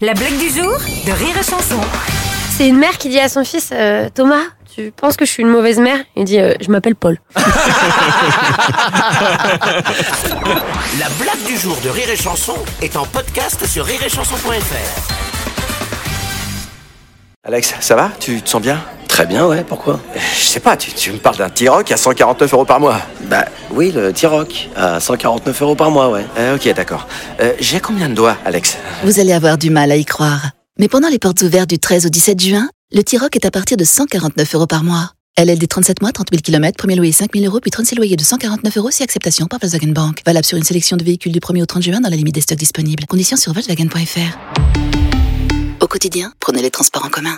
La blague du jour de Rire et Chanson. C'est une mère qui dit à son fils euh, Thomas, tu penses que je suis une mauvaise mère Il dit euh, Je m'appelle Paul. La blague du jour de Rire et Chanson est en podcast sur rireetchanson.fr. Alex, ça va Tu te sens bien Euh, Très bien, ouais, pourquoi Je sais pas, tu, tu me parles d'un T-Rock à 149 euros par mois. Bah oui, le T-Rock, à 149 euros par mois, ouais. Euh, ok, d'accord. Euh, J'ai combien de doigts, Alex Vous allez avoir du mal à y croire. Mais pendant les portes ouvertes du 13 au 17 juin, le T-Rock est à partir de 149 euros par mois. LLD 37 mois, 30 000 km, premier loyer 5 000 euros, puis 36 loyers de 149 euros si acceptation par Volkswagen Bank. Valable sur une sélection de véhicules du 1er au 30 juin dans la limite des stocks disponibles. Conditions sur Volkswagen.fr. Au quotidien, prenez les transports en commun.